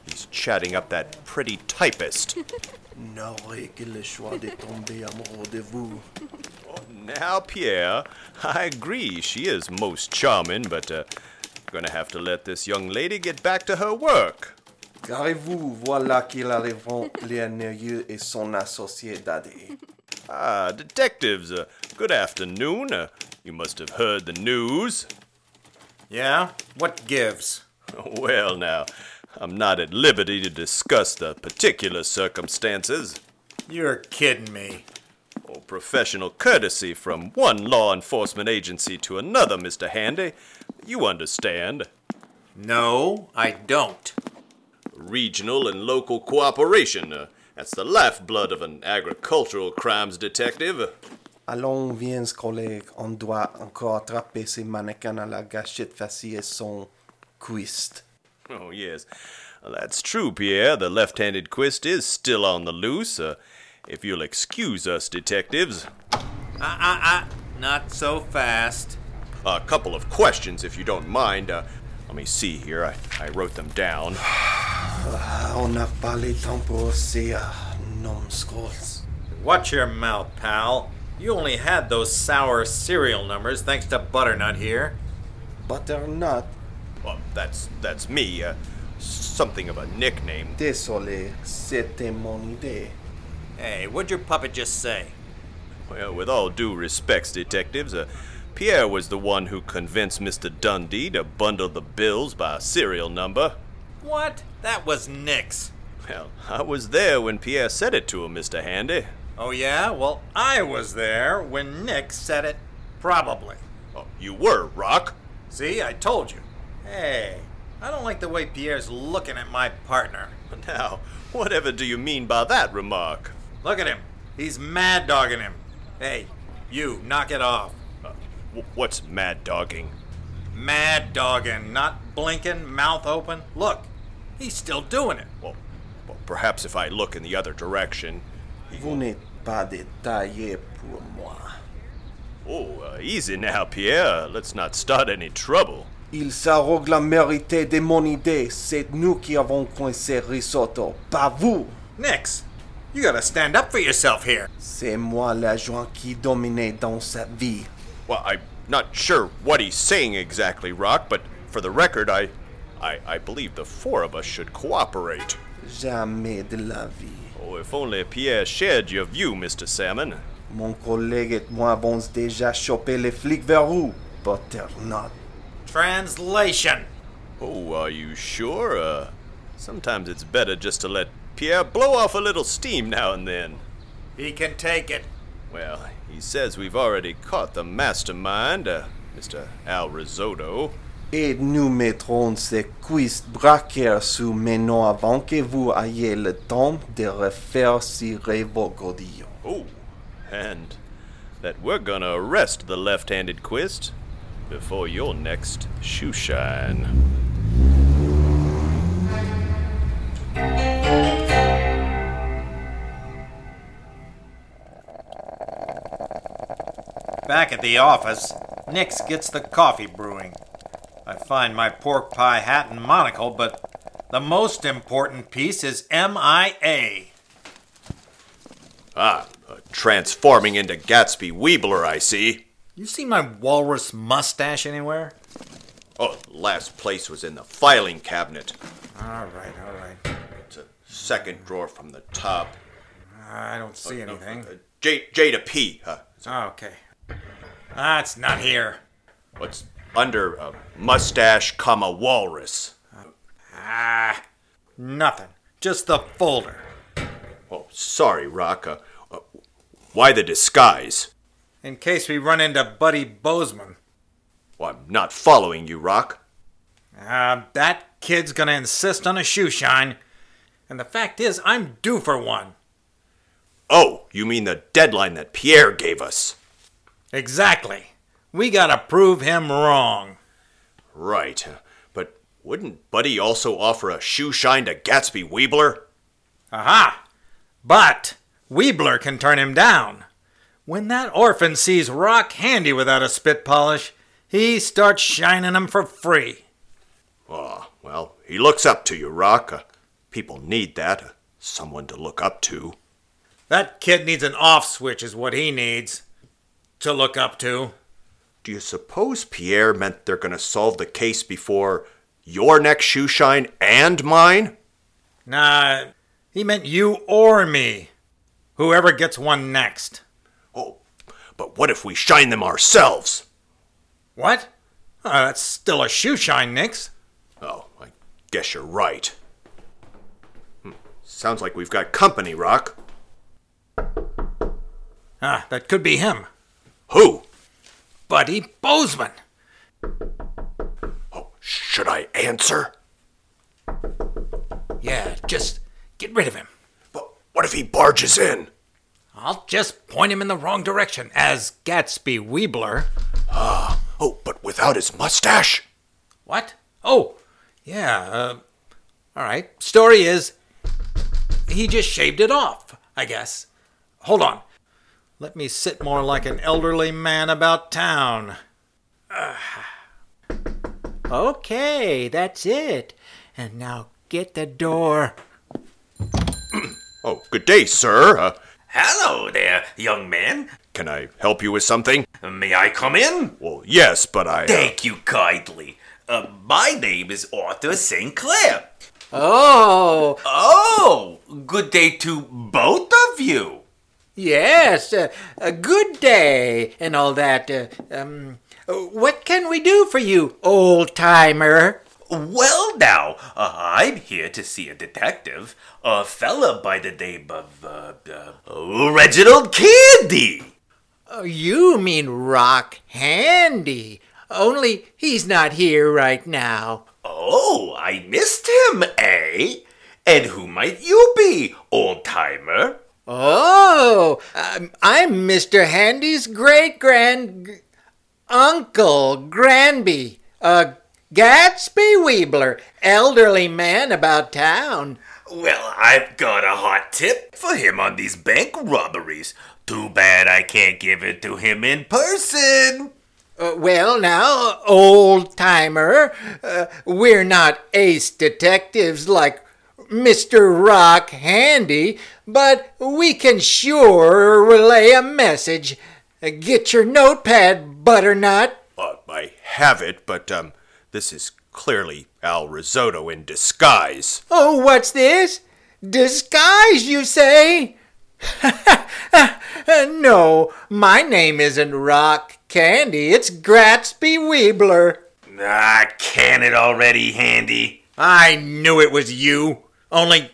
he's chatting up that pretty typist.
N'aurai que le choix de tomber amoureux de vous.
now, Pierre, I agree she is most charming, but uh, gonna have to let this young lady get back to her work.
Garez-vous, voilà qu'il arriveront les nerveux et son associé Daddy.
Ah, detectives, uh, good afternoon. Uh, you must have heard the news.
Yeah? What gives?
Well, now, I'm not at liberty to discuss the particular circumstances.
You're kidding me.
or professional courtesy from one law enforcement agency to another, Mr. Handy. You understand.
No, I don't.
Regional and local cooperation. uh, that's the lifeblood of an agricultural crimes detective.
Allons, viens, collègue, on doit encore attraper ces mannequins à la gâchette facile et son cuiste.
Oh, yes. Well, that's true, Pierre. The left handed quist is still on the loose. Uh, if you'll excuse us, detectives.
Ah, ah, ah. Not so fast.
A couple of questions, if you don't mind. Uh, let me see here. I, I wrote them down.
Ah, on n'a pas le temps pour ces ah, noms scrolls.
Watch your mouth, pal. You only had those sour serial numbers thanks to Butternut here.
Butternut,
Well, that's, that's me. Uh, something of a nickname.
désolé, c'était mon idée.
Hey, what'd your puppet just say?
Well, with all due respects, detectives, uh, Pierre was the one who convinced Mr. Dundee to bundle the bills by serial number.
What? That was Nix.
Well, I was there when Pierre said it to him, Mr. Handy.
Oh, yeah? Well, I was there when Nix said it. Probably.
Oh, you were, Rock.
See, I told you. Hey, I don't like the way Pierre's looking at my partner.
Now, whatever do you mean by that remark?
Look at him. He's mad dogging him. Hey, you, knock it off.
W- what's mad dogging?
Mad dogging, not blinking, mouth open. Look, he's still doing it.
Well, well, perhaps if I look in the other direction.
Vous n'êtes pas détaillé pour moi.
Oh, uh, easy now, Pierre. Let's not start any trouble.
Il s'arrogue la mérite de mon idée. C'est nous qui avons coincé Risotto, pas vous.
Nix, you gotta stand up for yourself here.
C'est moi l'agent qui dominait dans sa vie.
Well, I'm not sure what he's saying exactly, Rock, but for the record, I, I, I believe the four of us should cooperate.
Jamais de la vie.
Oh, if only Pierre shared your view, Mr. Salmon.
Mon collègue et moi avons déjà chopé les flics vers vous. butternut.
Translation.
Oh, are you sure? Uh, sometimes it's better just to let Pierre blow off a little steam now and then.
He can take it.
Well, he says we've already caught the mastermind, uh, Mr. Al Risotto.
Et nous mettrons ces cuisses braquaires sous mes noms avant que vous ayez le temps de refaire ces révocations.
Oh, and that we're gonna arrest the left handed quist before your next shoe shine.
Back at the office, Nix gets the coffee brewing. I find my pork pie hat and monocle, but the most important piece is MIA.
Ah, uh, transforming into Gatsby Weebler, I see.
You seen my walrus mustache anywhere?
Oh, last place was in the filing cabinet.
All right, all right.
It's a second drawer from the top.
I don't see anything.
Uh, J, J to P. Uh,
Oh, okay. Ah, it's not here.
what's under uh, mustache, comma, walrus?
Ah, nothing. Just the folder.
Oh, sorry, Rock. Uh, uh, why the disguise?
In case we run into Buddy Bozeman.
Well, I'm not following you, Rock.
Uh, that kid's gonna insist on a shoe shine. And the fact is, I'm due for one.
Oh, you mean the deadline that Pierre gave us.
Exactly. We gotta prove him wrong.
Right. But wouldn't Buddy also offer a shoe shine to Gatsby Weebler?
Aha! But Weebler can turn him down. When that orphan sees Rock handy without a spit polish, he starts shining him for free.
Ah, well, he looks up to you, Rock. Uh, people need that. uh, someone to look up to.
That kid needs an off switch, is what he needs to look up to.
Do you suppose Pierre meant they're going to solve the case before your next shoe shine and mine?
Nah, he meant you or me. Whoever gets one next.
Oh, but what if we shine them ourselves?
What? Oh, that's still a shoe shine, Nix.
Oh, I guess you're right. Hmm, Sounds like we've got company, Rock.
Ah, that could be him.
Who?
Buddy Bozeman.
Oh, should I answer?
Yeah, just get rid of him.
But what if he barges in?
I'll just point him in the wrong direction as Gatsby Weebler.
Oh, but without his mustache?
What? Oh, yeah. Uh, all right. Story is he just shaved it off, I guess. Hold on. Let me sit more like an elderly man about town.
Okay, that's it. And now get the door.
Oh, good day, sir. Uh,
Hello there, young man.
can I help you with something?
May I come in?
Well, yes, but I. uh,
Thank you kindly. Uh, my name is Arthur Sinclair.
Oh,
Oh, good day to both of you.
yes. Uh, a good day and all that. Uh, um, uh, what can we do for you, old timer?
Well, now, uh, I'm here to see a detective, a fella by the name of uh, uh, Reginald Candy.
Oh, you mean Rock Handy. Only he's not here right now.
Oh, I missed him, eh? And who might you be, old timer?
Oh, I'm, I'm Mr. Handy's great grand uncle, Granby, a Gatsby Weebler, elderly man about town.
Well, I've got a hot tip for him on these bank robberies. Too bad I can't give it to him in person.
Uh, well, now, old timer, uh, we're not ace detectives like Mr. Rock Handy, but we can sure relay a message. Uh, Get your notepad, butternut.
Uh, I have it, but um, this is clearly Al Risotto in disguise.
Oh, what's this? Disguise, you say?
Uh, no, my name isn't Rock Candy. It's Gratsby Weebler.
Ah, can it already, Handy?
I knew it was you. Only,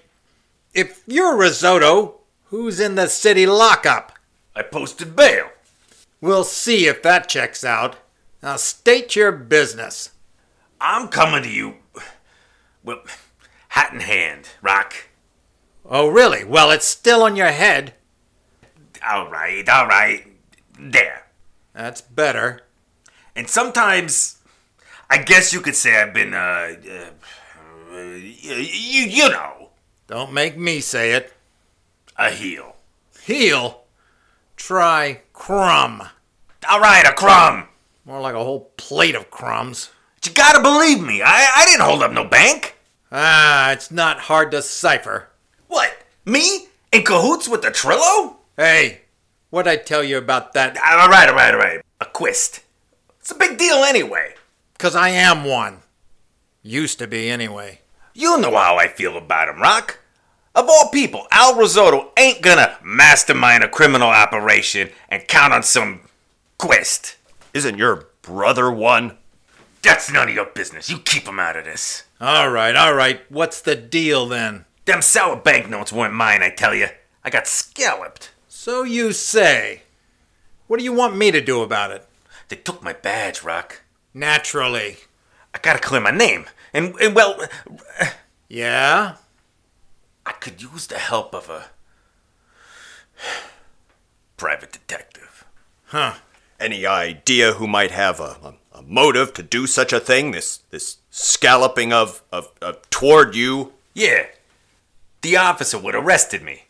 if you're risotto, who's in the city lockup?
I posted bail.
We'll see if that checks out. Now state your business.
I'm coming to you. Well, hat in hand, Rock.
Oh, really? Well, it's still on your head.
All right, all right. There.
That's better.
And sometimes, I guess you could say I've been, uh, uh you, you know,
Don't make me say it.
a heel.
Heel. Try crumb.
All right, a crumb.
More like a whole plate of crumbs.
But you gotta believe me. I, I didn't hold up no bank.
Ah, it's not hard to cipher.
What? Me? In cahoots with the Trillo?
Hey, what'd I tell you about that?
All right, all right, all right. A quist. It's a big deal anyway.
Because I am one. Used to be, anyway.
You know how I feel about him, Rock. Of all people, Al Risotto ain't gonna mastermind a criminal operation and count on some quest.
Isn't your brother one?
That's none of your business. You keep him out of this.
All right, all right. What's the deal then?
Them sour banknotes weren't mine, I tell you. I got scalloped.
So you say. What do you want me to do about it?
They took my badge, Rock.
Naturally.
I gotta clear my name. And, and well,
Yeah?
I could use the help of a private detective.
Any idea who might have a, a, a motive to do such a thing? This this scalloping of, of, of toward you?
Yeah. The officer would arrested me.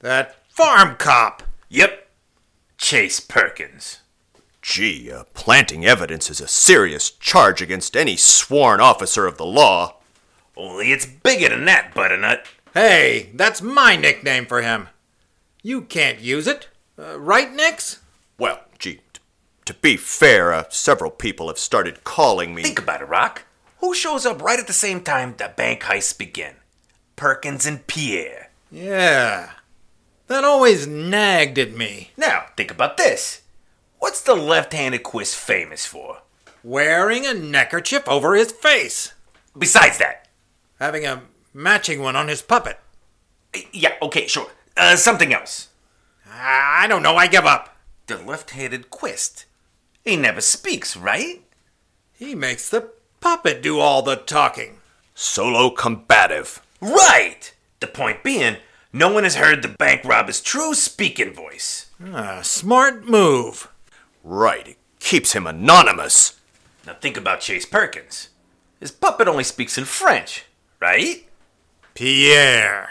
That farm cop.
Yep. Chase Perkins.
Gee, uh, planting evidence is a serious charge against any sworn officer of the law.
Only it's bigger than that, butternut.
Hey, that's my nickname for him. You can't use it. Uh, right, Nix?
Well, gee, t- to be fair, uh, several people have started calling me.
Think about it, Rock. Who shows up right at the same time the bank heists begin? Perkins and Pierre.
Yeah. That always nagged at me.
Now, think about this. What's the left-handed quist famous for?
Wearing a neckerchief over his face.
Besides that.
Having a matching one on his puppet.
eh, Yeah, okay, sure. Uh, something else.
I I don't know, I give up.
The left-handed quist. He never speaks, right?
He makes the puppet do all the talking.
Solo combative.
Right! The point being, no one has heard the bank robber's true speaking voice.
Ah, smart move.
Right, it keeps him anonymous.
Now think about Chase Perkins. His puppet only speaks in French, right?
Pierre.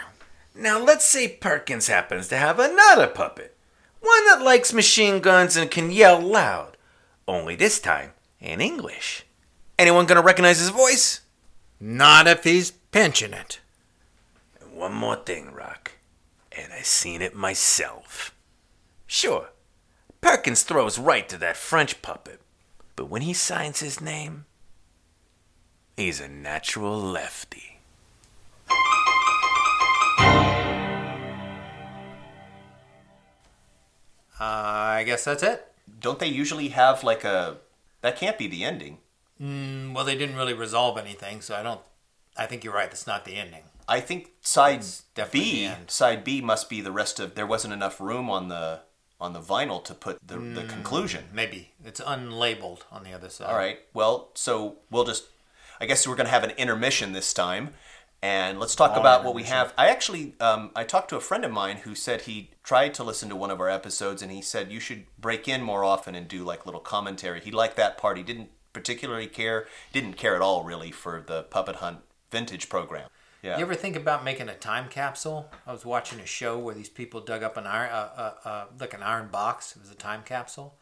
Now let's say Perkins happens to have another puppet. One that likes machine guns and can yell loud. Only this time in English. Anyone gonna recognize his voice?
Not if he's pinching it.
And one more thing, Rock. And I seen it myself. Sure, Perkins throws right to that French puppet. But when he signs his name, he's a natural lefty.
I guess that's it.
Don't they usually have like a. That can't be the ending.
Well, they didn't really resolve anything, so I don't. I think you're right. That's not the ending.
I think side
definitely the
B
end.
side B must be the rest of there wasn't enough room on the on the vinyl to put the, the
Mm.
conclusion.
Maybe it's unlabeled on the other side.
All right. Well, so we'll just I guess we're going to have an intermission this time and let's talk about what we have. I actually um, I talked to a friend of mine who said he tried to listen to one of our episodes and he said you should break in more often and do like little commentary. He liked that part. He didn't particularly care didn't care at all really for the puppet hunt vintage program. Yeah.
You ever think about making a time capsule? I was watching a show where these people dug up an iron, uh, uh, uh, like an iron box. It was a time capsule.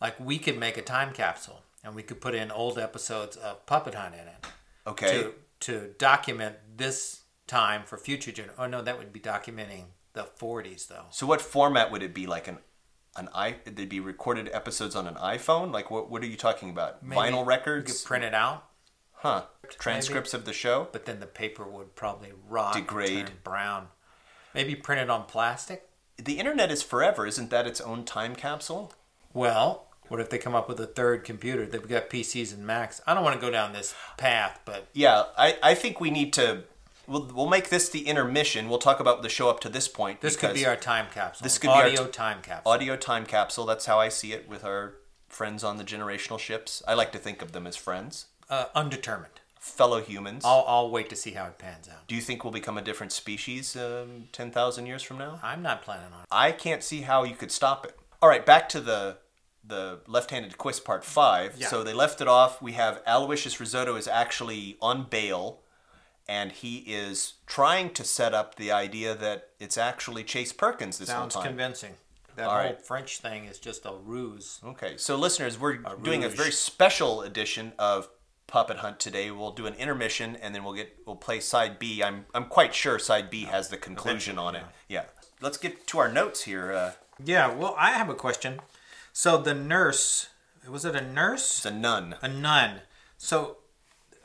Like we could make a time capsule, and we could put in old episodes of Puppet Hunt in it
okay.
to to document this time for future gener. Oh no, that would be documenting the '40s though.
So what format would it be like an an i they'd be recorded episodes on an iPhone? Like what what are you talking about?
Maybe
Vinyl
You
records?
could print it out,
Huh. Transcripts of the show?
but then the paper would probably rot, and
Degrade.
turn brown. Maybe print it on plastic.
The internet is forever, isn't that its own time capsule?
Well, what if they come up with a third computer? They've got PCs and Macs. I don't want to go down this path, but
Yeah, I, I think we need to. We'll, we'll make this the intermission. We'll talk about the show up to this point.
this could be
because
our time capsule.
This could be our
audio
t-
time capsule.
audio time capsule. That's how I see it with our friends on the generational ships. I like to think of them as friends,
Uh, undetermined.
fellow humans.
I'll, I'll wait to see how it pans out.
Do you think we'll become a different species um, 10,000 years from now?
I'm not planning on it.
I can't see how you could stop it. All right, back to the the left-handed quiz part five. So they left it off. We have Aloysius Risotto is actually on bail, and he is trying to set up the idea that it's actually Chase Perkins this
Sounds
whole time.
convincing. That
All
whole
right.
French thing is just a ruse.
Okay, so listeners, we're doing a
rouge.
very special edition of Puppet Hunt today. We'll do an intermission, and then we'll get we'll play side B. I'm I'm quite sure side B has the conclusion on it. Yeah, let's get to our notes here. Uh,
Yeah, well, I have a question. So the nurse, was it a
it's
nurse?
a nun.
A nun. So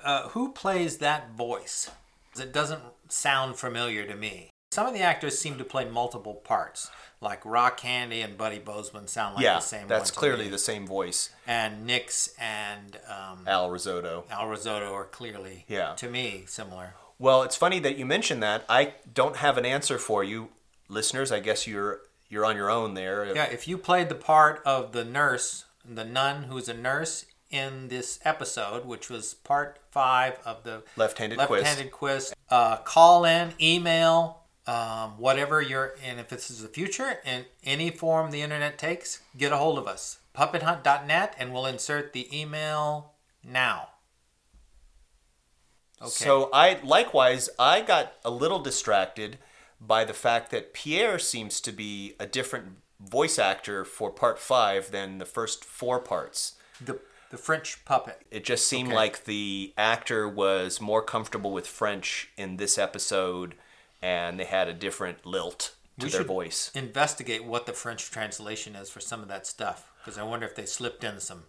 uh, who plays that voice? 'Cause It doesn't sound familiar to me. Some of the actors seem to play multiple parts, like Rock Candy and Buddy Bozeman sound like
yeah,
the same.
that's
one to
clearly
me.
the same voice.
And Nix and um,
Al Risotto.
Al Risotto are clearly,
Yeah.
to me, similar.
Well, it's funny that you mentioned that. I don't have an answer for you, listeners. I guess you're you're on your own there.
Yeah, if you played the part of the nurse, the nun who's a nurse in this episode, which was part five of the
Left-handed quiz.
left-handed quiz, uh, call in, email, um, whatever you're, and if this is the future, in any form the internet takes, get a hold of us, puppethunt.net, and we'll insert the email now. Okay.
So I likewise I got a little distracted by the fact that Pierre seems to be a different voice actor for part 5 than the first 4 parts.
the the French puppet.
It just seemed like the actor was more comfortable with French in this episode and they had a different lilt to
We
their
should-
voice.
investigate what the French translation is for some of that stuff because I wonder if they slipped in some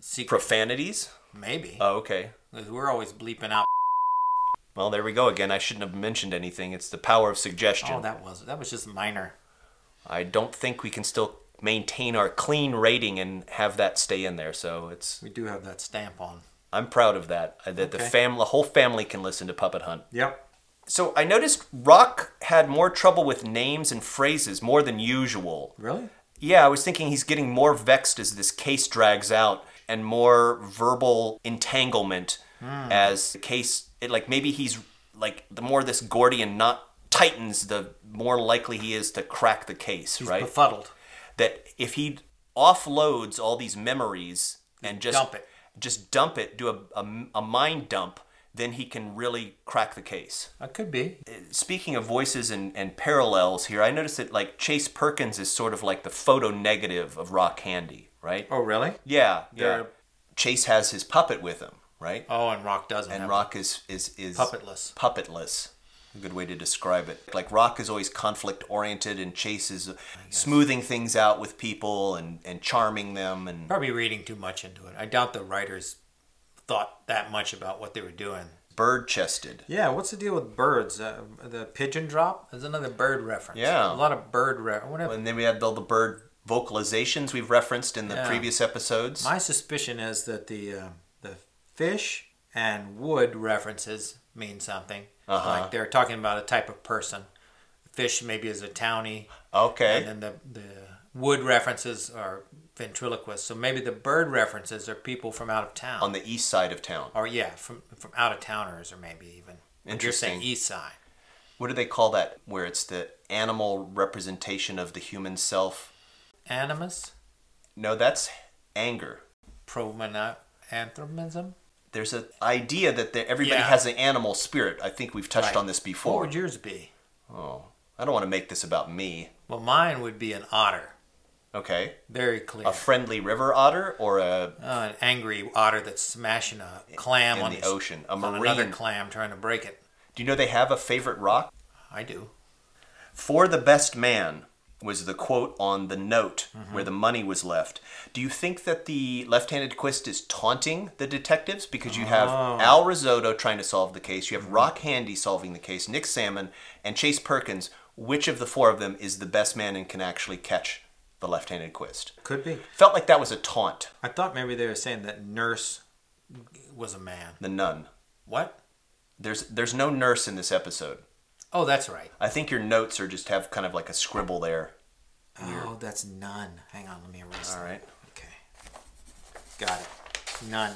secret.
Profanities?
maybe
Oh, okay.
'Cause we're always bleeping out. Oh,
Well, there we go again. I shouldn't have mentioned anything. It's the power of suggestion.
Oh, that was that was just minor.
I don't think we can still maintain our clean rating and have that stay in there. So it's
We do have that stamp on.
I'm proud of that. uh, That the fam the whole family can listen to Puppet Hunt.
Yep.
So I noticed Rock had more trouble with names and phrases more than usual.
Really?
Yeah, I was thinking he's getting more vexed as this case drags out and more verbal entanglement
Hmm.
as the case it like maybe he's like the more this Gordian knot tightens the more likely he is to crack the case,
He's
right?
befuddled.
that if he offloads all these memories and just
dump it.
just dump it, do a, a, a mind dump, then he can really crack the case.
That could be.
Speaking of voices and, and parallels here, I noticed that like Chase Perkins is sort of like the photo negative of Rock Handy, right?
Oh, really?
yeah, yeah.
they're-
Chase has his puppet with him, right?
Oh, and Rock doesn't.
and
have
Rock is is is
Puppetless.
Puppetless, a good way to describe it. Like Rock is always conflict oriented and chases smoothing things out with people and and charming them
it.
and
Probably reading too much into it. I doubt the writers thought that much about what they were doing.
bird chested.
Yeah, what's the deal with birds? Uh, the pigeon drop is another bird reference.
Yeah.
a lot of bird reference.
And then we have all the bird vocalizations we've referenced in the
Yeah.
previous episodes.
My suspicion is that the uh, the fish and wood references mean something.
Uh-huh.
Like they're talking about a type of person. Fish maybe is a townie,
okay.
and then the the wood references are ventriloquists. So maybe the bird references are people from out of town.
on the east side of town.
or yeah, from from out of towners, or maybe even. But You're
Interesting.
saying east side.
What do they call that? Where it's the animal representation of the human self?
Animus,
No, that's anger.
promenanthropism.
There's an idea that the, everybody
Yeah.
has an animal spirit. I think we've touched on this before.
What would yours be?
Oh, I don't want to make this about me.
Well, mine would be an otter.
Okay.
Very clear.
A friendly river otter or a
Oh, an angry otter that's smashing a clam
in
on
the
his-
ocean, a
on another
marine.
clam trying to break it.
Do you know they have a favorite rock?
I do.
For the best man was the quote on the note where the money was left. Do you think that the left-handed quist is taunting the detectives because you have Al Risotto trying to solve the case, you have Rock Handy solving the case, Nick Salmon and Chase Perkins which of the four of them is the best man and can actually catch the left-handed quist.
Could be.
Felt like that was a taunt.
I thought maybe they were saying that nurse was a man.
The nun.
What?
There's there's no nurse in this episode.
Oh, that's right.
I think your notes are just have kind of like a scribble there.
Oh, that's none. Hang on, let me erase.
All
that.
right.
Okay. Got it. None.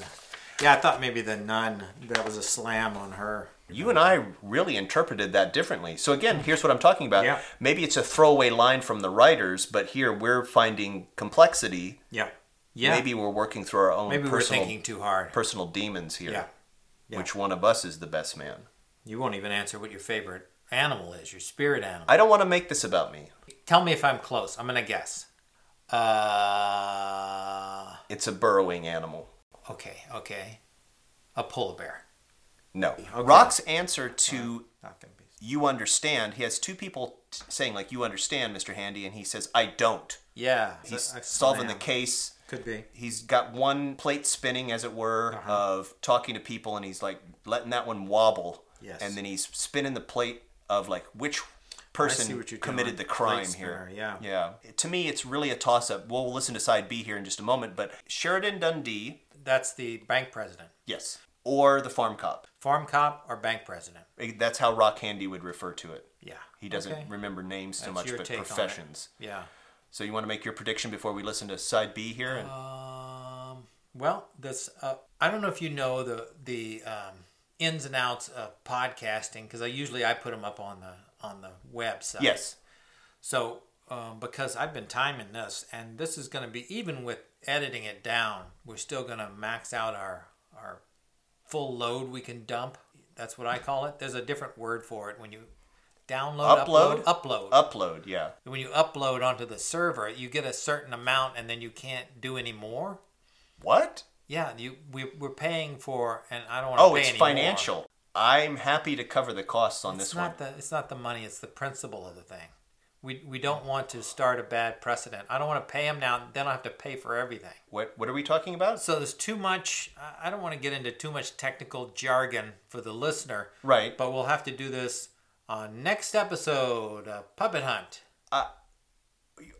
Yeah, I thought maybe the nun that was a slam on her.
You and I really interpreted that differently. So again, here's what I'm talking about.
Mm-hmm. Yeah.
Maybe it's a throwaway line from the writers, but here we're finding complexity.
Yeah. Yeah.
Maybe we're working through our own
Maybe we're
personal
thinking too hard.
personal demons here.
Yeah. Yeah.
Which one of us is the best man?
You won't even answer what your favorite animal is, your spirit animal.
I don't want to make this about me.
Tell me if I'm close. I'm going to guess. Uh,
It's a burrowing animal.
okay, okay. A polar bear.
No. Rock's answer to
Not gonna be.
you understand, he has two people t- saying like you understand, Mr. Handy, and he says I don't.
Yeah.
He's
a- a
solving the
slam.
case.
Could be.
he's got one plate spinning as it were of talking to people and he's like letting that one wobble
Yes.
and then he's spinning the plate of like which
see
person
what you're
committed
doing.
the crime
Plate
here
spinner, yeah.
yeah to me it's really a toss up we'll listen to side b here in just a moment but sheridan dundee
That's the bank president.
yes or the farm cop
Farm cop or bank president?
Eh, that's how rock handy would refer to it
Yeah.
he doesn't
Okay.
remember names too
That's
much
your
but
take on it.
professions
Yeah.
so you want to make your prediction before we listen to side b here and
Um, well, this uh, I don't know if you know the the um, ins and outs of podcasting because I usually I put them up on the on the website.
yes
So um, because I've been timing this, and this is going to be even with editing it down, we're still going to max out our our full load we can dump. That's what I call it. There's a different word for it when you download,
Upload?
upload, upload.
upload yeah
when you upload onto the server, you get a certain amount, and then you can't do any more.
what
Yeah, you we we're paying for, and I don't want to.
Oh,
pay
it's
anymore.
financial. I'm happy to cover the costs on
It's
this one.
not the it's not the money; it's the principle of the thing. We we don't want to start a bad precedent. I don't want to pay them now. Then I have to pay for everything.
What What are we talking about?
So there's too much. I- I don't want to get into too much technical jargon for the listener.
Right.
But we'll have to do this on next episode of Puppet Hunt.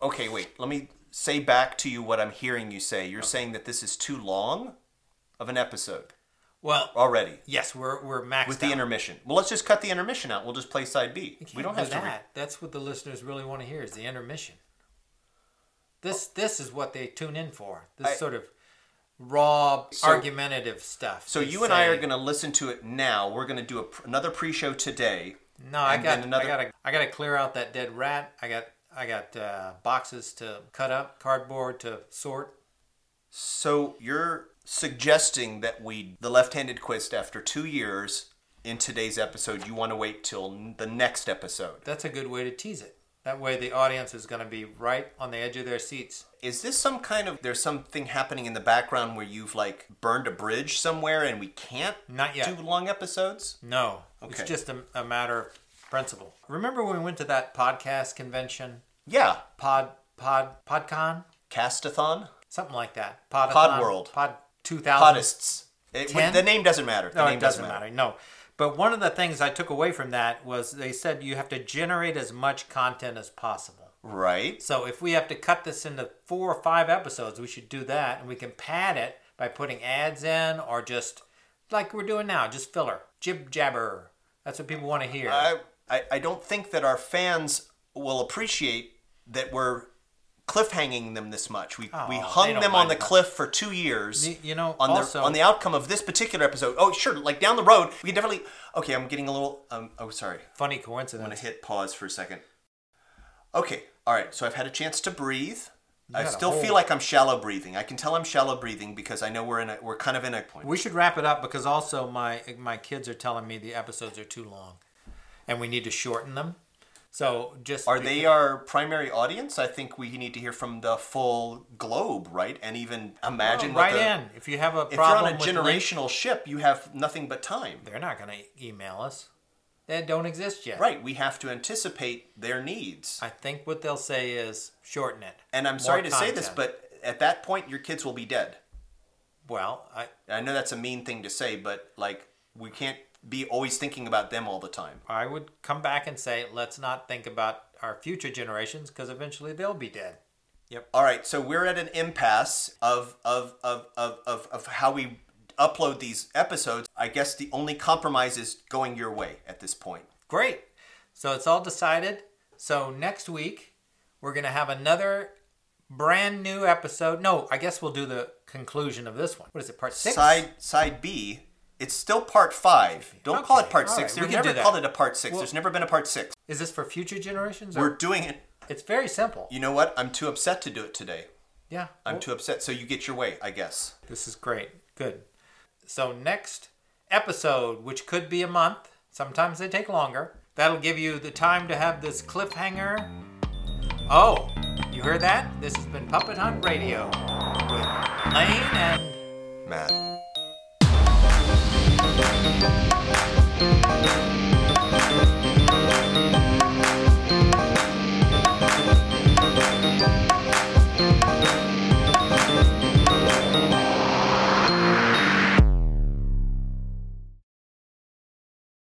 Okay, wait. Let me say back to you what I'm hearing you say. You're saying that this is too long of an episode
Well,
already
yes, we're we're maxed
with the
out.
intermission. Well, let's just cut the intermission out. We'll just play side B.
You
We
can't
don't
do
have to.
that.
Re-
That's what the listeners really want to hear is the intermission. This this is what they tune in for. This
I-
sort of raw
So-
argumentative stuff.
so
They
you and I are
say,
going to listen to it now. We're going to do a, pr- another pre-show today.
No, I
and
got
then another-
I got to I got to clear out that dead rat. I got I got uh, boxes to cut up, cardboard to sort.
So you're suggesting that we the left-handed quist after two years in today's episode. You want to wait till n- the next episode.
That's a good way to tease it. That way the audience is going to be right on the edge of their seats.
Is this some kind of there's something happening in the background where you've like burned a bridge somewhere and we can't
Not yet.
do long episodes?
No, it's
Okay.
just a, a matter of principle. Remember when we went to that podcast convention,
Yeah,
Pod Pod PodCon? Um,
Castathon,
something like that. Pod
Podworld.
Pod two thousand.
Podists. It,
Ten?
the name doesn't matter. The
No,
name
it doesn't matter. No, but one of the things I took away from that was they said you have to generate as much content as possible.
Right.
So if we have to cut this into four or five episodes, we should do that, and we can pad it by putting ads in or just like we're doing now, just filler, jib jabber. That's what people want to hear.
I, I I don't think that our fans will appreciate that we're cliffhanging them this much. We we
Oh, they
hung
don't
them on
mind
the
it.
cliff for two years.
Y- you know,
on
also,
the on the outcome of this particular episode. Oh, sure. Like down the road, we can definitely. Okay, I'm getting a little. Um, oh, sorry.
funny
I'm gonna
coincidence.
hit pause for a second. Okay, all right. So I've had a chance to breathe. I
had a
still
whole-
feel like I'm shallow breathing. I can tell I'm shallow breathing because I know we're in a we're kind of in a point.
We should wrap it up because also my my kids are telling me the episodes are too long, and we need to shorten them. So just Oh,
Are
be-
they our primary audience? I think we need to hear from the full globe, right? And even imagine what
right
the-
in if you have a
If
problem with
you're on a
links,
generational ship, you have nothing but time.
they're not going to email us. They don't exist yet.
Right, we have to anticipate their needs.
I think what they'll say is shorten it.
And I'm
More
sorry to say this,
content.
but at that point, your kids will be dead.
well, I
I know that's a mean thing to say, but like we can't be always thinking about them all the time.
I would come back and say, let's not think about our future generations because eventually they'll be dead.
All right, so we're at an impasse of of of of of, of how we upload these episodes. I guess the only compromise is going your way at this point.
Great. So it's all decided. So next week, we're going to have another brand new episode. No, I guess we'll do the conclusion of this one. What is it, part six?
Side side B, it's still part five. Don't call
Okay,
it part
all
six.
right, we
They've
can do
never
that.
called it a part six.
Well-
There's never been a part six.
Is this for future generations?
We're
Or?
doing it.
It's very simple.
You know what? I'm too upset to do it today.
Yeah.
I'm
well,
too upset. So you get your way, I guess.
This is great. Good. So, next episode, which could be a month, sometimes they take longer, that'll give you the time to have this cliffhanger. Oh, you heard that? This has been Puppet Hunt Radio with Lane and.
Matt.